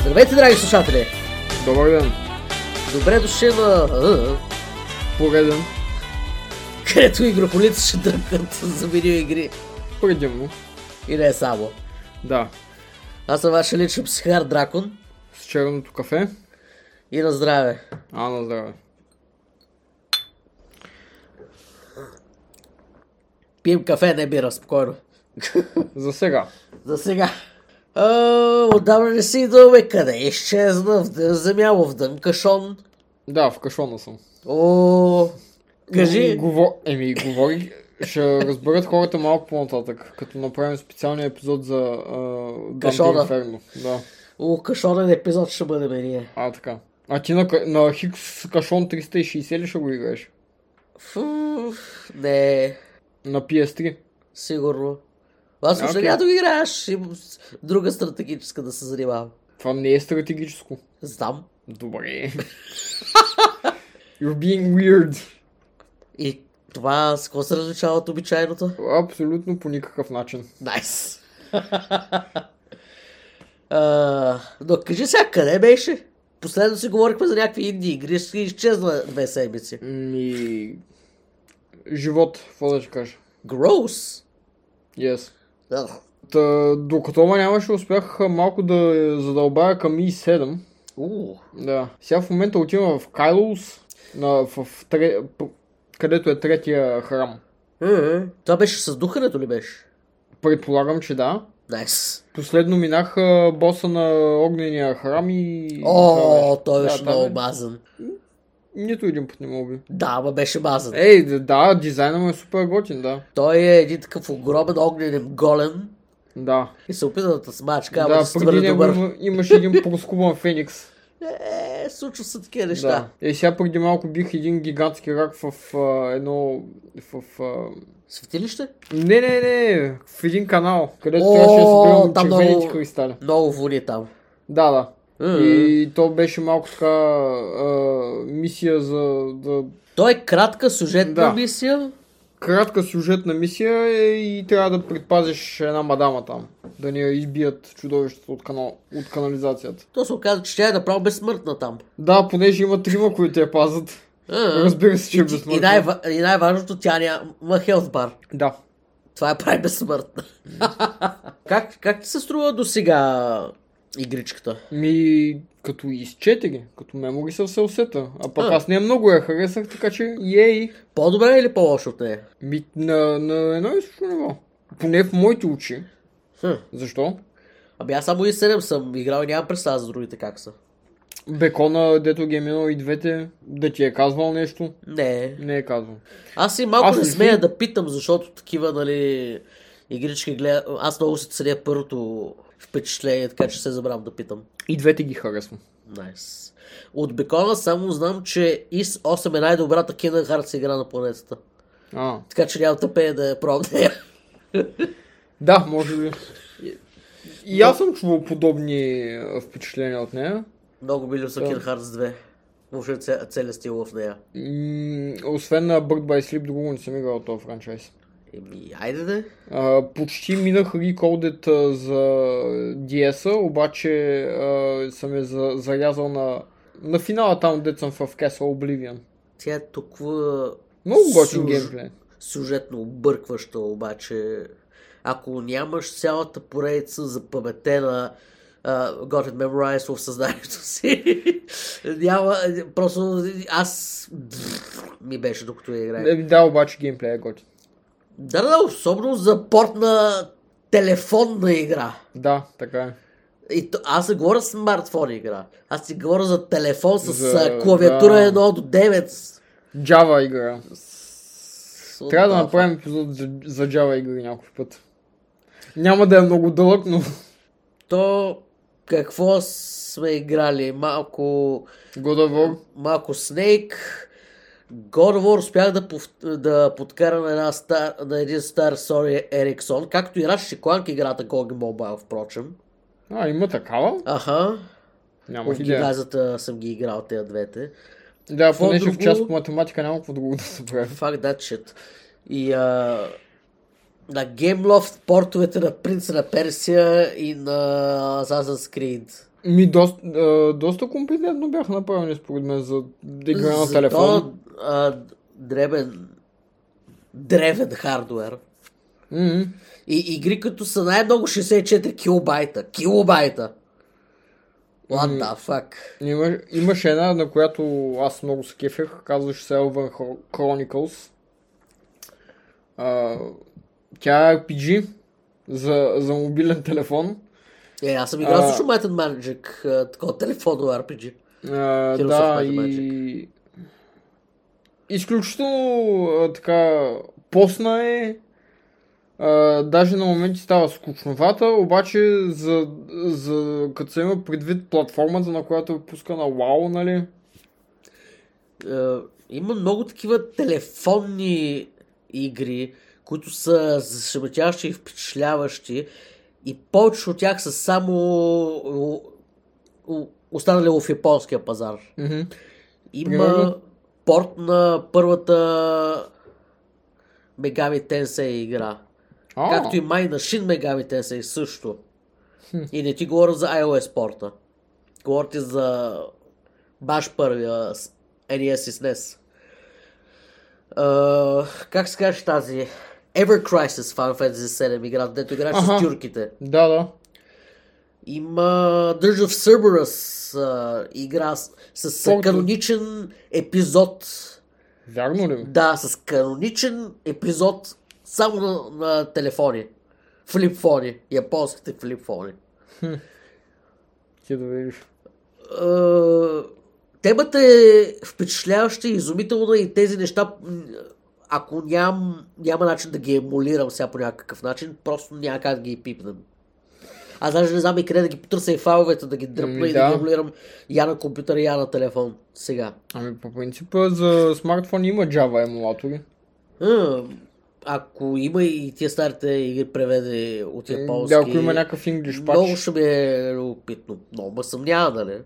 Здравейте, драги слушатели! Добър ден, Добре дошли на... а, пореден, Където игрополици ще дръпкат за видеоигри. предимно. И не само. Да, Аз съм вашия личен психар Дракон. с черното кафе, И на здраве. а на здраве. Пием кафе, не бира, спокойно. За сега. За сега. А, отдавна не си идваме. Къде изчезна? В дъ- земя, в дън кашон. Да, в кашона съм. О, кажи. Говор... Еми, говори. Ще разберат хората малко по-нататък, като направим специалния епизод за uh, Кашона. Dante's Inferno. Да, О, кашонен епизод ще бъдем ние. а така. А ти на, ка- на Хикс кашон 360 ли ще го играеш? Фу, не. На PS3? Сигурно. Аз въобще Окей. няма да го играеш. Имам с- друга стратегическа да се занимавам. Това не е стратегическо. Знам. Добре. You're being weird. И това с какво се различава от обичайното? Абсолютно по никакъв начин. Найс. А, Но кажи сега, къде беше? Последно си говорихме за някакви инди игри, ще изчезна две седмици. Ми... Живот, какво да ще кажа. Gross. Yes. Ugh. Та, докато ме нямаше, успях а, малко да задълбая към И7. У. Да. Сега в момента отивам в Кайлус, на, в, в тре, п- където е третия храм. Е, е. Това беше с духането ли беше? Предполагам, че да. Найс. Последно минах а, боса на огнения храм и... това О, той беше това много мазан. е. Нито един път не мога би. Да, ама беше мазан. Ей, д- да, дизайна му е супер готин, да. Той е един такъв огромен огнен голен Да. и се опита да те смачка, ама да, да, си преди твърде него добър. има, имаше един проскубан феникс. Е, случва се такива неща. Да. Е, сега преди малко бих един гигантски рак в а, едно... В, а... Светилище? Не, не, не, в един канал, където О, трябваше да събирам там червените много- кристали. Много вони там. Да, да. Е, И то беше малко така а, мисия за... Да... Той е кратка сюжетна Да. мисия. Кратка сюжетна мисия е и трябва да предпазиш една мадама там. Да не я избият чудовището от, канал... от канализацията. То се оказа, че тя е направо безсмъртна там. Да, понеже има трима, които я пазят. Е, Разбира се, че е безсмъртна. И, най- и най-важното, тя няма хелт бар. Да. Това е прави безсмъртна. как, как ти се струва до сега игричката? Ми, като изчетеги, като мемори са все усета. А пък А. аз не много я харесах, така че ей. По-добре или по-лошо от нея? Ми, на, на едно и също ниво. Поне в моите очи. Хм. Защо? Ами аз само и 7 съм играл и нямам представа за другите как са. Бекона, дето ги е минал и двете, да ти е казвал нещо, Не, не е казвал. Аз и малко Аз не не смея съм. да питам, защото такива, нали, игрички гледам. Аз много се ценя първото впечатление, така че се забравям да питам. И двете ги харесвам. Найс. От Бекона само знам, че ИС 8 е най-добрата Kingdom Hearts игра на планетата. А, Така че няма тъпея да е я пробвам нея. да, може би. И- И аз съм чувал подобни а, впечатления от нея. Много ми липсва Да. Kingdom Hearts 2. Въобще ця- целият стил в нея. М, освен на Bird by Sleep, друго не съм играл този франчайз. Еми, айде да. е. А, почти минах реколдет а, за DS-а, обаче а, съм я за, зарязал на, на финала там, дето съм в Castle Oblivion. Тя е толкова Много готин Сюж- геймплей. сюжетно объркваща, обаче ако нямаш цялата поредица запаметена uh, Got It Memorized в съзнанието си, няма, просто аз ми беше докато я играя. Е, Да, обаче геймплей е готин. Да, да, особено за порт на телефонна игра. Да, така е. И то, аз не говоря смартфон игра. Аз си говоря за телефон с За- а, клавиатура да. 1 до 9. Java игра. С- Трябва да да, направим епизод за, за Java игри някой път. Няма да е много дълъг, но То какво сме играли? Малко God of War. малко Snake. God of War успях да, пов... да подкара на, една стар... на един стар Sony Ericsson, както и Раш Кланк играта GOG Mobile, впрочем. А, има такава? Аха, Нямах в идея. гигазата съм ги играл тези двете. Да, Какво понеже в друго? част по математика няма какво друго да се прави. Fuck that shit. И а... на GameLoft портовете на Принца на Персия и на Assassin's Creed. Ми доста, а, доста компетентно бях направени според мен за игра на За телефон. то, а, дребен, древен хардуер. Мгм. И игри, като са най-много 64 килобайта. Килобайта! What the fuck? Има, имаше една, на която аз много се кефех, казваше се Elven Chro- Chronicles. А, тя е RPG за, за мобилен телефон. Е, аз съм играл А. също Might and Magic, а, такова телефонно RPG. А, Heroes да, of Might and и... Изключително а, така посна е. А, даже на моменти става скучновата, обаче за, за, като се има предвид платформата, на която е пускана WoW, нали? Е, има много такива телефонни игри, които са зашеметяващи и впечатляващи. И повече от тях са само о, о, останали в японския пазар. Мгм. Има Примерно? порт на първата Megami Tensei игра. А, Както и май на Shin Megami Tensei също. И не ти говоря за iOS порта. Говоря ти за баш първия с NES и SNES. А, как се каже тази? Ever Crisis Final Fantasy 7 игра, дето играеш Аха. с тюрките. Да, да. Има Dirge of Cerberus а, игра с, с Който- каноничен епизод Вярно ли? Да, с каноничен епизод само на, на телефони. Флипфони. Японските флипфони. Ти да видиш. Е, темата е впечатляваща и изумителна и тези неща, м, ако ням, няма начин да ги емулирам сега по някакъв начин, просто няма как да ги пипнем. Аз даже не знам и къде да ги потърся и файловете, да ги дръпна Ами и да да. ги емулирам я на компютър, я на телефон. Сега. Ами по принцип за смартфон има Java емулатори. М, ако има и тия старите игри преведе от японски... Е, Да, ако има някакъв English Много патч. ще ми е любопитно. Много ме съмнява, нали?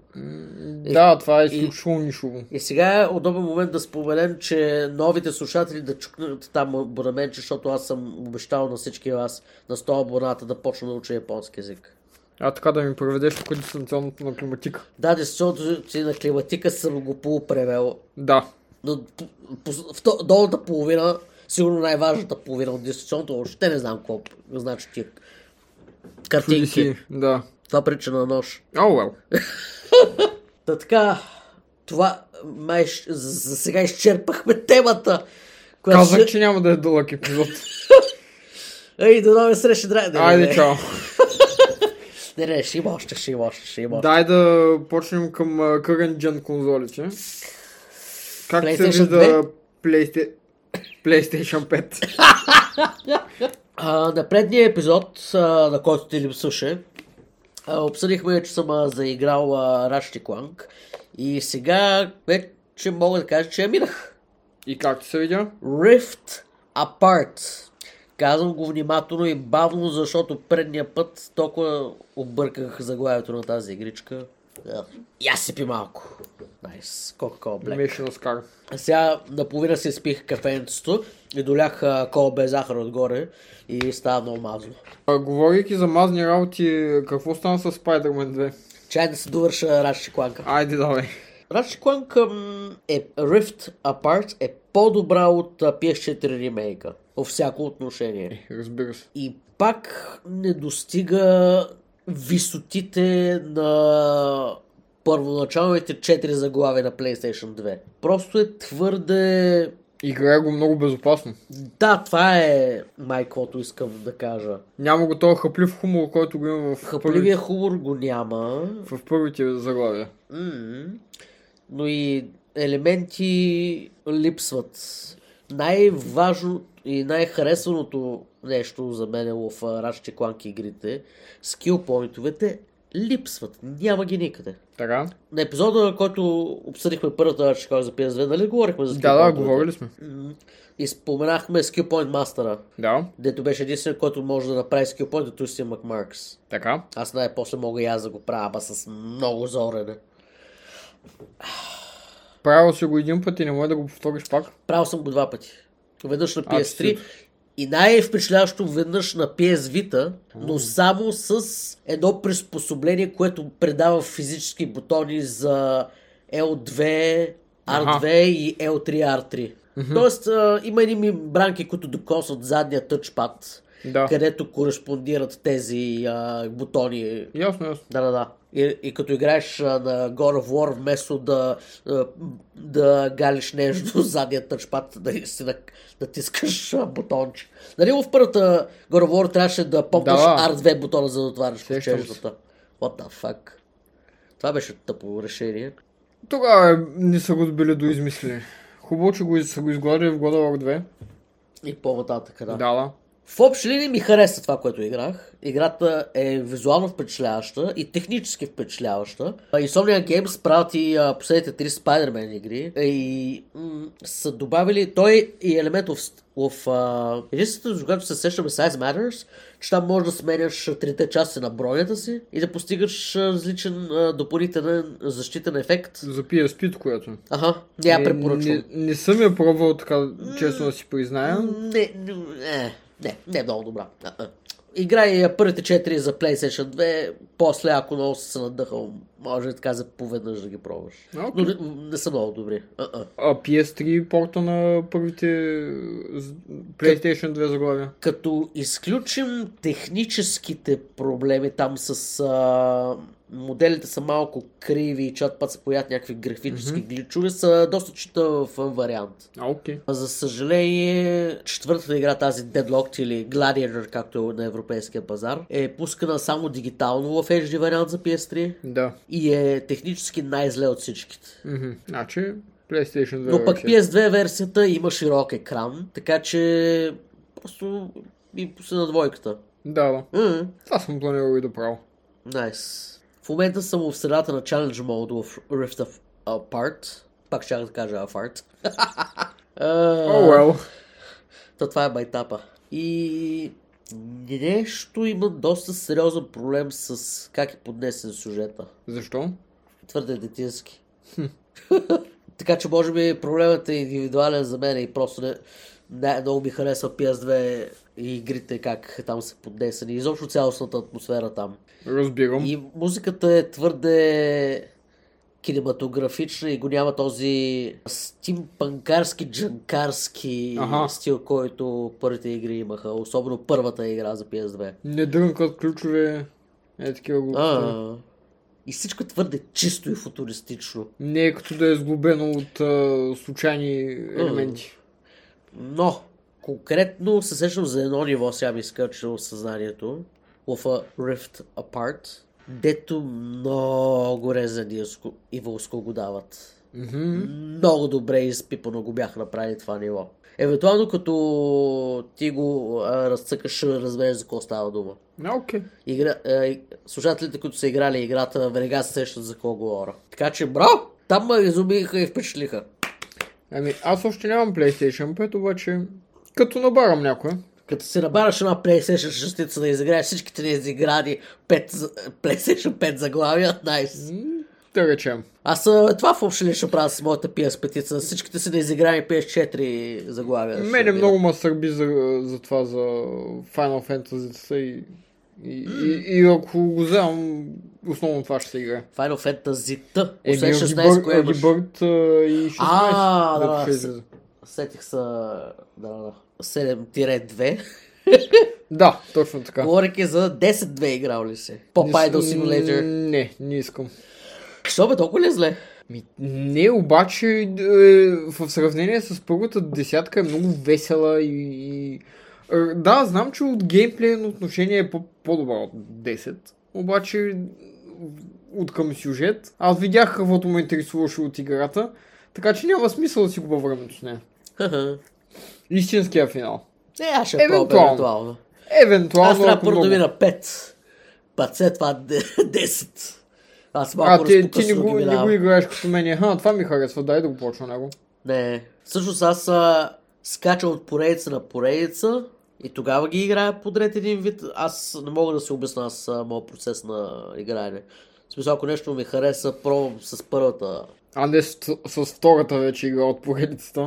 Да, това е изключително нишово. И сега е удобен момент да споменем, че новите слушатели да чукнат там абонамент, защото аз съм обещал на всички вас на 100 абоната да почна да уча японски язик. А така да ми преведеш тук дистанционното на климатика. Да, дистанционното си на климатика съм го полупревел, Да. но по, по, вто- долната половина, сигурно най-важната половина от дистанционното, въобще не знам какво значи тия Чуди картинки. си. Да. Това прича на нож. О, oh, well. Та така, това май, щ- за, за сега изчерпахме темата. Която Казах, ще- че няма да е дълъг епизод. Ей, до нови срещи, драги. Айде, чао. Не, не, ще има още, ще има още, ще има още. Дай да почнем към а, current gen конзолите. Как се PlayStation вижда PlayStation... PlayStation 5? А, на предния епизод, а, на който ти липсваше, а, обсъдихме, че съм а, заиграл а, Ratchet Clank и сега вече мога да кажа, че я минах. И как ти се видя? Rift Apart. Казвам го внимателно и бавно, защото предния път толкова обърках заглавието на тази игричка. Ах, Я сипи малко. Найс. Coca-Cola Black. Mission Scar. А Сега наполовина си спих кафенцето и долях а, кола без захар отгоре и става много мазно. А, говорейки за мазни работи, какво стана с Spider-Man 2? Чай да се довърша Раши Кланка. Айде, давай. Раши Кланка м, е Rift Apart е по-добра от а, PS4 ремейка. Във всяко отношение. Разбира се. И пак не достига висотите на първоначалните 4 заглави на PlayStation 2. Просто е твърде Играе го много безопасно. Да, това е май, каквото искам да кажа. Няма го този хъплив хумор, който го има в, първи, Хъпливия хумор го няма, в първите заглавия. м, но и елементи липсват. Най-важно и най-харесаното нещо за мен е в Ratchet Clank игрите, скил поинтовете липсват. Няма ги никъде. Така? На епизода, който обсъдихме първата Ratchet Clank за PS2, нали говорихме за скил Да, да, е. говорили сме. И споменахме скил поинт мастера. Да, Дето беше единствен, който може да направи скил поинт, като си Макмаркс. така. Аз най-после мога и аз да го правя, аба с много зорене. Правил си го един път и не може да го повториш пак. Правил съм го два пъти. Веднъж на PS3 Абсолютно. И най-впечатляващо веднъж на PS Vita, но само с едно приспособление, което предава физически бутони за L2, R2 Аха. и L3R3. Тоест, а, има едни мембранки, които докосват задния тъчпад, Да. където кореспондират тези а, бутони Ясно, ясно. да, да, да. И, и като играеш а, на God of War, вместо да, а, да галиш нещо задния тъчпад, да си да, да тискаш а, бутонче. Нали в първата God of War трябваше да помпаш Да. R2 бутона, за да отваряш Сещам се. кучеждата. What the fuck? Това беше тъпо решение. Тогава е, не са го добили до измислили. Хубаво, че го из- са го изгладили в God of War И по-нататък, 2. да. Да, да. В общи линии ми хареса това, което играх. Играта е визуално впечатляваща и технически впечатляваща. А, Insomnia Games правят и а, последните три Spider-Man игри. Е, И м- са добавили той и елемент в, ст- в а... единственото, за което се сещаме Size Matters, че там можеш да сменяш а, трите части на бронята си и да постигаш а, различен а, допълнителен защитен ефект. За PSP, която. Аха, няма Е, препоръчвам. Не, не съм я пробвал така, честно да си призная. Не, не, е, не, не е много добра. А, а. Играй а, първите четири за PlayStation 2, после ако много си се надъхал, може така за поведнъж да ги пробваш. Окей. Но не, не са много добри. А, а. А PS3 порта на първите з- PlayStation 2 заглавия. Като изключим техническите проблеми там с а, моделите са малко криви и чат път се появят някакви графически гличове, са доста читав вариант. А, окей. А, За съжаление, четвъртата игра, тази Deadlocked или Gladiator, както е на европейския пазар, е пускана само дигитално в HD вариант за PS3 Да. и е технически най-зле от всичките. Мгм. Значи, PlayStation 2 Но пък вече. PS2 версията има широк екран, така че просто ми пусна на двойката. Да, да. М, Това съм планирал и да правя. Найс. В момента съм в средата на Challenge Mode в Rift Apart. Пак ще да кажа Apart. О, oh, well. Та това е майтапа. И нещо има доста сериозен проблем с как е поднесен сюжета. Защо? Твърде детински. така че може би проблемът е индивидуален за мен и просто не, не много ми харесва PS2 и игрите как там са поднесени. Изобщо цялостната атмосфера там. Разбирам. И музиката е твърде кинематографична и го няма този стимпанкарски, джанкарски Аха. стил, който първите игри имаха. Особено първата игра за PS2. Не дрънкат ключове. Е такива глупости. А, и всичко е твърде чисто и футуристично. Не е като да е сглобено от а, случайни елементи. Но, конкретно се сещам за едно ниво, сега ми изкачило съзнанието, в а, Rift Apart, дето много реза ниско и вълско го дават. Мгм. много добре изпипано го бяха направили това ниво. Евентуално като ти го а, разцъкаш, ще разбереш за какво става дума. А, окей. Игра, а, и- слушателите, които са играли играта, веднага се сещат за какво говоря. Така че, браво! Там ме изумиха и впечатлиха. Ами, аз още нямам PlayStation 5, обаче като набарам някоя. Като си набараш една PlayStation 6 да изиграеш всичките неизиграни 5, за- PlayStation 5 заглавия, найс. Nice. м, Да речем. Аз а, това въобще ли ще правя с моята PS5, всичките си неизиграни PS4 заглавия. ще Мене видя. е много ма сърби за, за това, за Final Fantasy и, и, и, и ако го вземам, основно това ще се играе. Final Fantasy-та. Еми, Освен Огибър- 16, кое имаш? Огибърт, а, и 16. А, да, дето да, ще с- излезе. Сетих са... Да, да, да. 7-2. да, точно така. Говорейки за 10-2 играл ли си? Popeye Не с- Simulator. Не, не искам. Що бе, толкова ли е зле? Ми, не, обаче е, в сравнение с първата десятка е много весела и... и... Е, Да, знам, че от геймплейно отношение е по- по-добра от 10, обаче от към сюжет. Аз видях каквото ме интересуваше от играта, така че няма смисъл да си губа времето с нея. Ха-ха. Истинския финал. Не, Е, аз ще пробвам Евентуално. евентуално. Аз Евентуално, трябва ако първо да е много... мина 5. Път след това де- 10. Аз малко А, ти, ти не, разпокъсно го, ги не го минавам. играеш като мен. Ха, това ми харесва, дай да го почна него. Не. Всъщност аз а, скачам от поредица на поредица и тогава ги играя подред един вид. Аз не мога да си обясна аз а, моят процес на играене. В смисъл, ако нещо ми хареса, пробвам с първата. А не с, с втората вече игра от поредицата.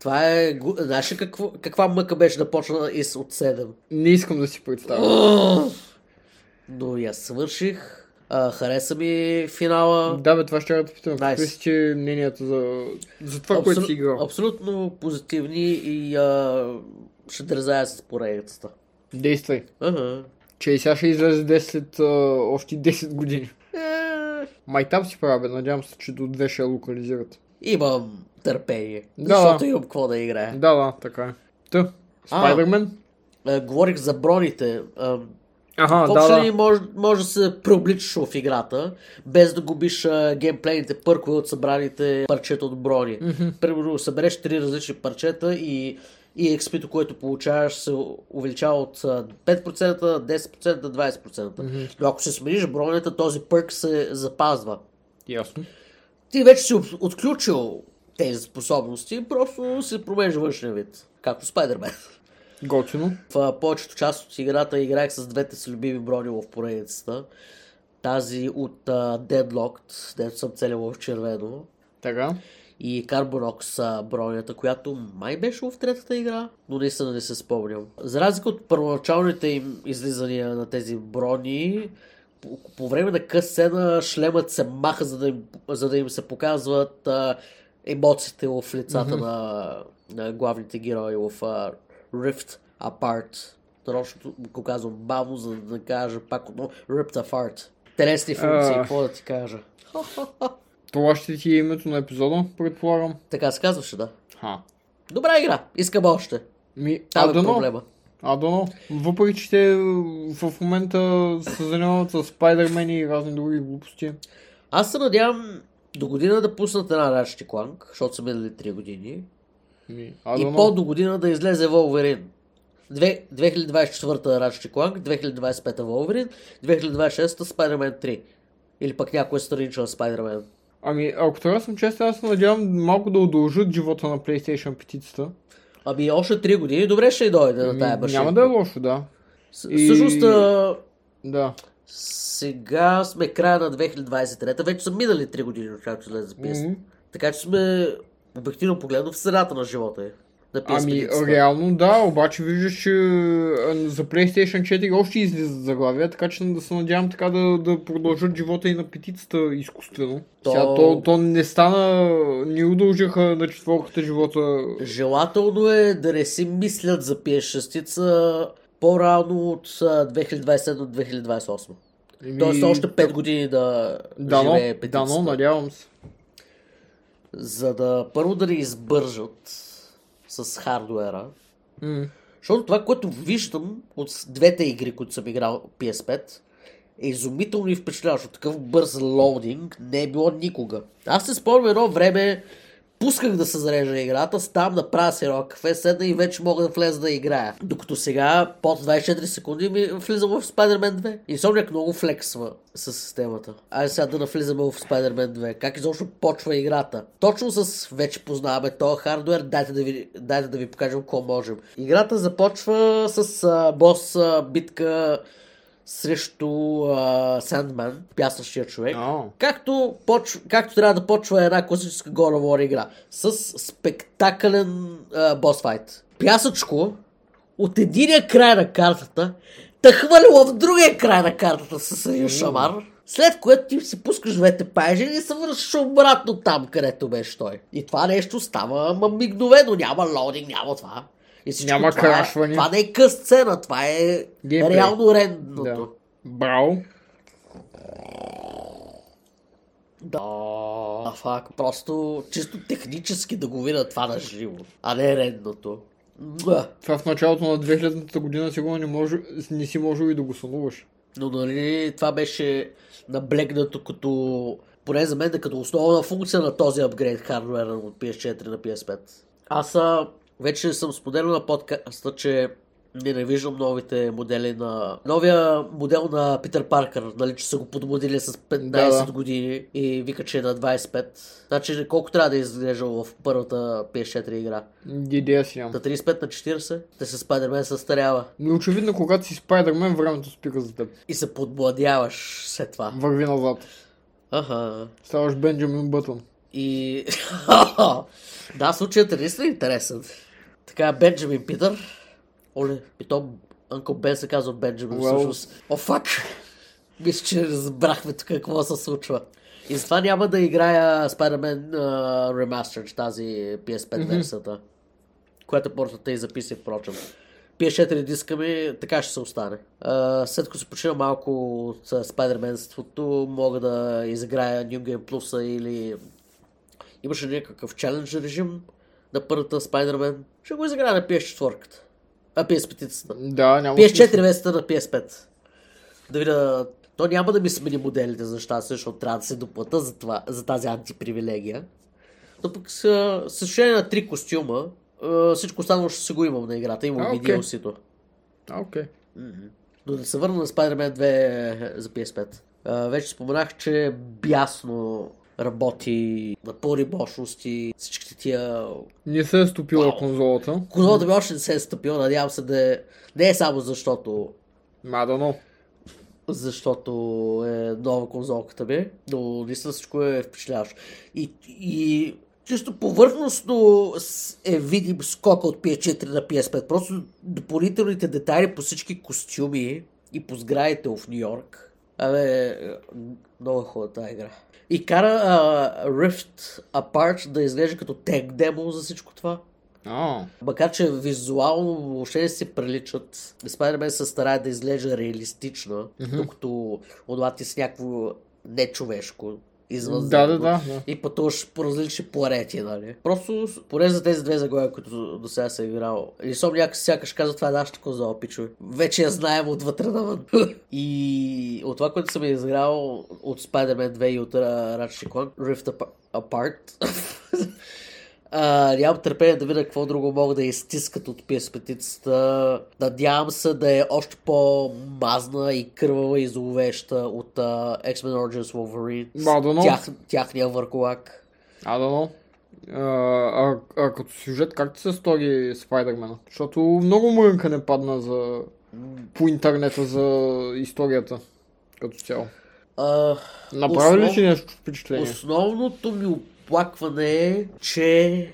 Това е... гу- Знаеш ли какво, каква мъка беше да почна из от 7? Не искам да си представя. Но я свърших. А, хареса ми финала. Да, бе, това ще я да те питам. Nice. Какви си ти мненията за, за това, което Абсолю- си играл? Абсолютно позитивни и а, ще дързая с поредицата. Действай. Ага. Че и сега ще излезе 10, след, а, още 10 години. Е, Майтап си правя, бе. Надявам се, че до 2 ще я локализират. Имам търпение. Да. Защото имам какво да играя. Да, да, така е. Та, А. Спайдермен? А, говорих за броните. А, Аха, да, Въобще да. ли може, може да се преобличаш в играта, без да губиш а, геймплейните пъркове от събраните парчета от брони. Примерно събереш три различни парчета и, и XP-то, което получаваш, се увеличава от а, 5%, 10%, до 20%. Но ако се смениш бронята, този пърк се запазва. Ясно. Ти вече си от- отключил тези способности, просто се променяш външния вид. Както Спайдермен. Готино. В а, повечето част от играта играех с двете си любими брони в поредицата. Тази от а, Deadlocked, дето съм целил в червено. Така. И Carbonox а, бронята, която май беше в третата игра, но наистина не се спомням. За разлика от първоначалните им излизания на тези брони, по, по време на къс сцена шлемът се маха, за да им, за да им се показват а, емоциите в лицата на, на главните герои в а, Rift Apart. Нарочно го казвам бавно, за да не кажа пак отново Rift Apart. Телесни функции, А. какво да ти кажа. Това ще ти е името на епизода, предполагам. Така се казваше, да. Ха. Добра игра, искам още. Ми, Там а е дано, проблема. а дано. Въпреки, че те в момента се занимават с Спайдермен и разни други глупости. Аз се надявам до година да пуснат една Ratchet Clank, защото са минали 3 години. Ми, а и дано. по до година да излезе Wolverine. Две- 2024-та Ratchet Clank, 2025-та Wolverine, 2026-та Spider-Man 3. Или пък някоя странична Spider-Man. Ами, ако трябва да съм честен, аз се надявам малко да удължат живота на PlayStation 5-цата. Ами още 3 години, добре ще и дойде на Ми, тая машинка. Няма да е лошо, да. С- и- Всъщност, а, Да. сега сме края на 2023-та, вече са минали 3 години, както излезе PS3. Мгм. Така че сме обективно погледно в средата на живота е. На Ами, PS5-цата. реално да, обаче виждаш, че а, за PlayStation 4 още излизат заглавия, така че да се надявам така да, да продължат живота и на петицата изкуствено. То- То... Сега, то, то не стана, не удължиха на четворката живота. Желателно е да не си мислят за PS6 по-рано от 2027-2028. Еми, Тоест още 5 години Ами, да нали? дано, живее дано, петицата. надявам се. за да първо да не избържат с хардуера. М, Защото това, което виждам от с- двете игри, които съм играл PS5, е изумително и впечатляващо. Такъв бърз лоудинг не е било никога. Аз се спомням едно време, пусках да се зарежда играта, ставам да правя си едно кафе, седна и вече мога да влеза да играя. Докато сега, под 24 секунди, ми влизам в Spider-Man 2. Insomniac много флексва с системата. Айде сега да навлизаме в Spider-Man 2. Как изобщо почва играта? Точно с вече познаваме този хардвер, дайте да ви, дайте да ви покажем какво можем. Играта започва с а, бос а, битка срещу а, Сандман, пясъчния човек. а, Както, поч... както трябва да почва една класическа God of War игра. С спектакълен а, бос файт. Пясъчко от единия край на картата те хвърлило в другия край на картата с един шамар. След което ти си пускаш двете паежи и се връщаш обратно там, където беше той. И това нещо става ама мигновено. Няма лоудинг, няма това. И всичко Няма това, е- крашване. Това не е къс сцена, това е Геймплей. реално рендното. да. Браво. Да. А фак, просто чисто технически да го видя това на живо, а не редното. Муа. Това в началото на 2000-та година сигурно не, може, не си можел и да го сънуваш. Но нали това беше наблегнато като, поне за мен, да като основна функция на този апгрейд хардуера от PS4 на PS5. Аз а, вече съм споделил на подкаста, че ненавиждам новите модели на... Новия модел на Питър Паркър, нали, че са го подмодили с 15 Да, да. години и вика, че е на 25. Значи колко трябва да е изглеждал в първата PS4 игра? Идея си нямам. На 35 на 40? Те се Спайдермен се старява Но очевидно, когато си Спайдермен, времето спира за теб. и се подмладяваш след това. Върви назад. Аха. Ставаш Бенджамин Бътън. И... Да, случаят е наистина интересен. Така, Бенджамин Питър. Оле, и то Анко Бен се казва Бенджамин Уау. всъщност. О, фак! Мисля, че разбрахме тук какво се случва. И затова няма да играя Spider-Man uh, Remastered, тази PS5 версията, която портата и записи, впрочем. PS4 диска ми така ще се остане. Uh, след като се почина малко от uh, Spider-Man-ството, мога да изиграя New Game Plus или имаше някакъв челендж режим на първата Spider-Man. Ще го изиграя на PS4. А PS5. Да, няма PS4 вместо на PS5. Да видя. То няма да ми смени моделите за щастие, защото трябва да се доплата за, това, за тази антипривилегия. Но пък с, с изключение на три костюма, а, всичко останало ще си го имам на играта. Имам А, и окей. DLC-то. А, Окей. Но да се върна на Spider-Man 2 за PS5. А, вече споменах, че бясно работи на пълни мощности, всичките тия... Не се е стопила конзолата. Конзолата ми още не се е стъпила, надявам се да е... Не е само защото Ма да но. защото е нова конзолката ми, но наистина всичко е впечатляващо. И, и чисто повърхностно с- е видим скок от PS4 на PS5. Просто допълнителните детайли по всички костюми и по сградите в Нью Йорк. Абе, е, много хубава тази игра. И кара а, Rift Apart да изглежда като тег демо за всичко това. А, Макар, че визуално въобще не се приличат. Spider-Man се старае да изглежда реалистично, докато онова ти с някакво нечовешко извън да, да, да. да. И пътуваш по различни планети, нали? Просто с- поне за тези две заглавия, които до сега съм играл. Insomniac сякаш казва, това е нашата конзола, пичове. Вече я знаем отвътре навън. и от това, което съм изиграл от Spider-Man 2 и от uh, Ratchet Clank, Rift Apa- Apart, А, нямам търпение да видя какво друго могат да изтискат от PS5-цата. Надявам се да е още по-мазна и кървава и зловеща от а, X-Men Origins Wolverine. Ма, дано. Тях, тяхния върколак. А да но. А, а, а като сюжет, как ти се стори Спайдермена? Защото много мрънка не падна за... по интернета за историята като цяло. А, Направи ли Основ- си нещо впечатление? основното ми оплакване е, че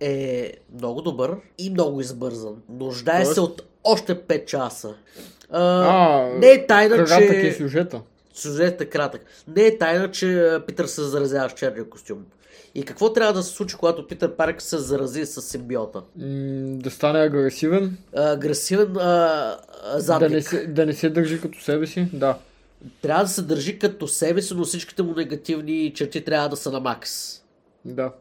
е много добър и много избързан. Нуждае Тоест? се от още 5 часа. А, А, не е тайна, кратък че... е сюжета. Сюжетът е кратък. Не е тайна, че а, Питър се заразява с черния костюм. И какво трябва да се случи, когато Питър Парк се зарази с симбиота? М, да стане агресивен, А, Агресивен а, а, да задник. не, се, да не се държи като себе си, да. Трябва да се държи като себе си, но всичките му негативни черти трябва да са на макс. Да.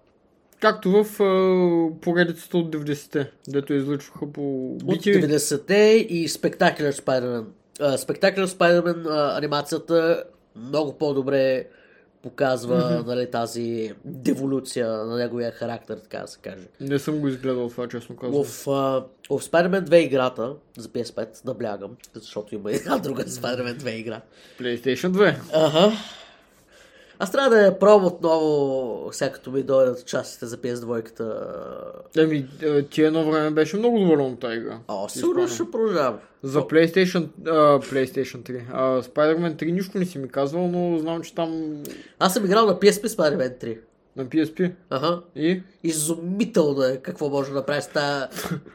Както в е, поредицата от 90-те, дето излъчваха по От бити. 90-те и Е, спектакъл Spider-Man. А, Спектакъл Spider-Man а, е, анимацията много по-добре показва нали, тази деволюция на неговия характер, така да се каже. Не съм го изгледал това, честно казвам. В, а, в Spider-Man 2 играта за PS5, наблягам, защото има една друга Spider-Man 2 игра. PlayStation 2. Ага. Аз трябва да я пробвам отново, сега като ми дойдат частите за PS2-ката. Еми, е, ти едно време беше много добра на тази игра. О, Ти сигурно спомням. ще продължавам. За PlayStation, а, PlayStation 3. А, Spider-Man 3 нищо не си ми казвал, но знам, че там Аз съм играл на PSP Spider-Man 3. на PSP. Ага. И? Изумително е какво може да направи с тази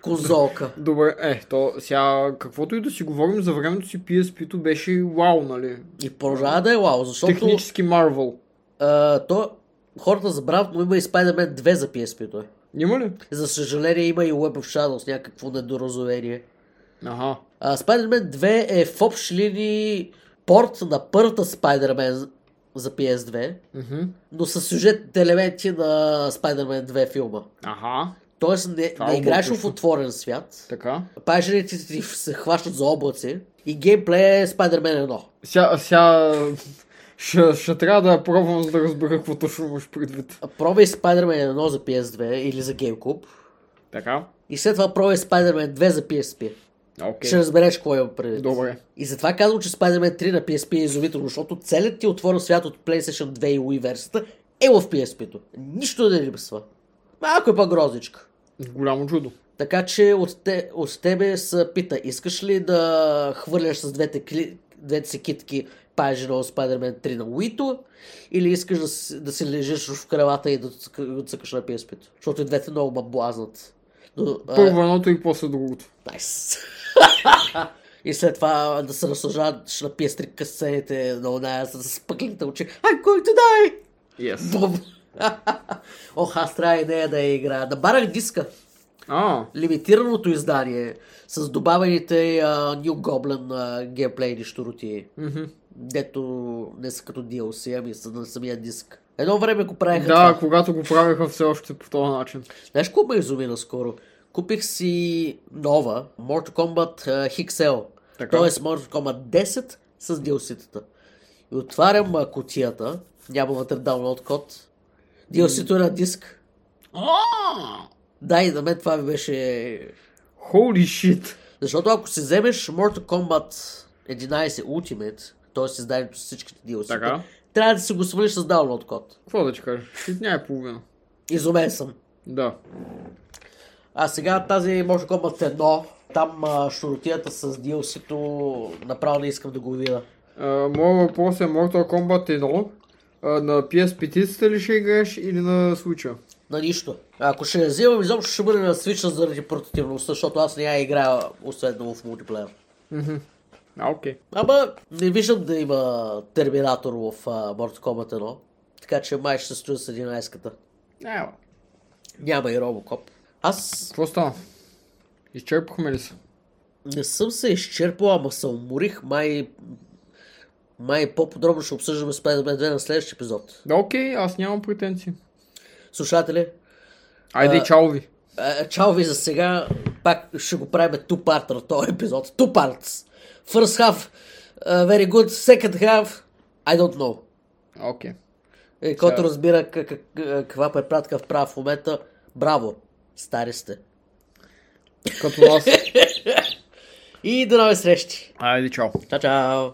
конзолка. Добре, е, то сега, каквото и да си говорим за времето си, PSP-то беше вау, нали? И продължава да е лао, защото Технически Marvel. а, то, хората забравят, но има и Spider-Man 2 за PSP-то. Има ли? За съжаление има и Web of Shadows, някакво недоразумение. Аха. А, Spider-Man 2 е в общи линии порт на първата Spider-Man за PS2, Мгм. но с сюжетните елементи на Spider-Man 2 филма. Аха. Тоест не, Това е не играеш в отлично. отворен свят, Така. пажените ти се хващат за облаци и геймплей е Spider-Man 1. Сега, сега ще, ще трябва да я пробвам, за да разбера какво точно имаш предвид. А, Пробай Spider-Man 1 за PS2 или за GameCube Така. и след това пробай Spider-Man 2 за PSP. Окей. Ще разбереш е какво има предвид. Добре. И затова казвам, че Spider-Man 3 на PSP е изумително, защото целият ти отворен свят от PlayStation 2 и Wii версията е в PSP-то. Нищо да не липсва. Малко е по-грозничка. Голямо чудо. Така че от, те, от тебе се пита, искаш ли да хвърляш с двете, кли, двете си китки пажи на Spider-Man 3 на Уито, или искаш да, си- да си лежиш в кралата и да цъка- да цъкаш на PSP? Защото и двете много ма блазнат. Но, а, Първо едното и после другото. Найс. И след това да се наслаждаваш на PS3 касетите, на оная с спъклените очи. I'm going to die! Yes. Бум! Ох, аз трябва и нея да я играя. Набарах диска, А, лимитираното издание, с добавените а, New Goblin а, геймплейни штороти, мгм. дето не са като DLC, ами са на самия диск. Едно време го правиха това. да, когато го правиха все още по този начин. Знаеш какво ме изуми наскоро? Купих си нова Mortal Kombat а, XL. Така. Тоест Mortal Kombat 10 с DLC-тата. И отварям а, кутията, няма вътре download код. DLC-то е на диск. А! Да, и на мен това ми беше... Holy shit! Защото ако си вземеш Mortal Kombat 11 Ultimate, т.е. изданието с всичките DLC, Така. трябва да си го свалиш с download код. Какво да ти кажа? Shit няма и половина. Изумен съм. Да. А сега тази Mortal Kombat 1, там а, шуротията с DLC-то направо не искам да го видя. А, моят въпрос е Mortal Kombat 1. А, на PSP-тицата ли ще играеш или на Switch-а? На нищо. Ако ще я взимам, изобщо ще бъде на Switch заради портативността, защото аз не я играя освен в мултиплеер. А, окей. Ама не виждам да има терминатор в а, Mortal Kombat 1, така че май ще стоя с 11-ката. Няма. Няма и Robocop. Аз Какво стана? Изчерпахме ли се? не съм се изчерпал, ама се уморих. Май, май по-подробно ще обсъждаме Spider-Man 2 на следващия епизод. Да, окей, аз нямам претенции. Слушатели, Айде, чао ви! А, Е, Чао ви за сега. Пак ще го правим тупарт на този епизод. Two parts. First half, uh, very good. Second half, I don't know. Окей. И който разбира как- как- каква препратка вправя в момента, браво, стари сте. Като нас. И до нови срещи. Айде, чао! Чао, чао.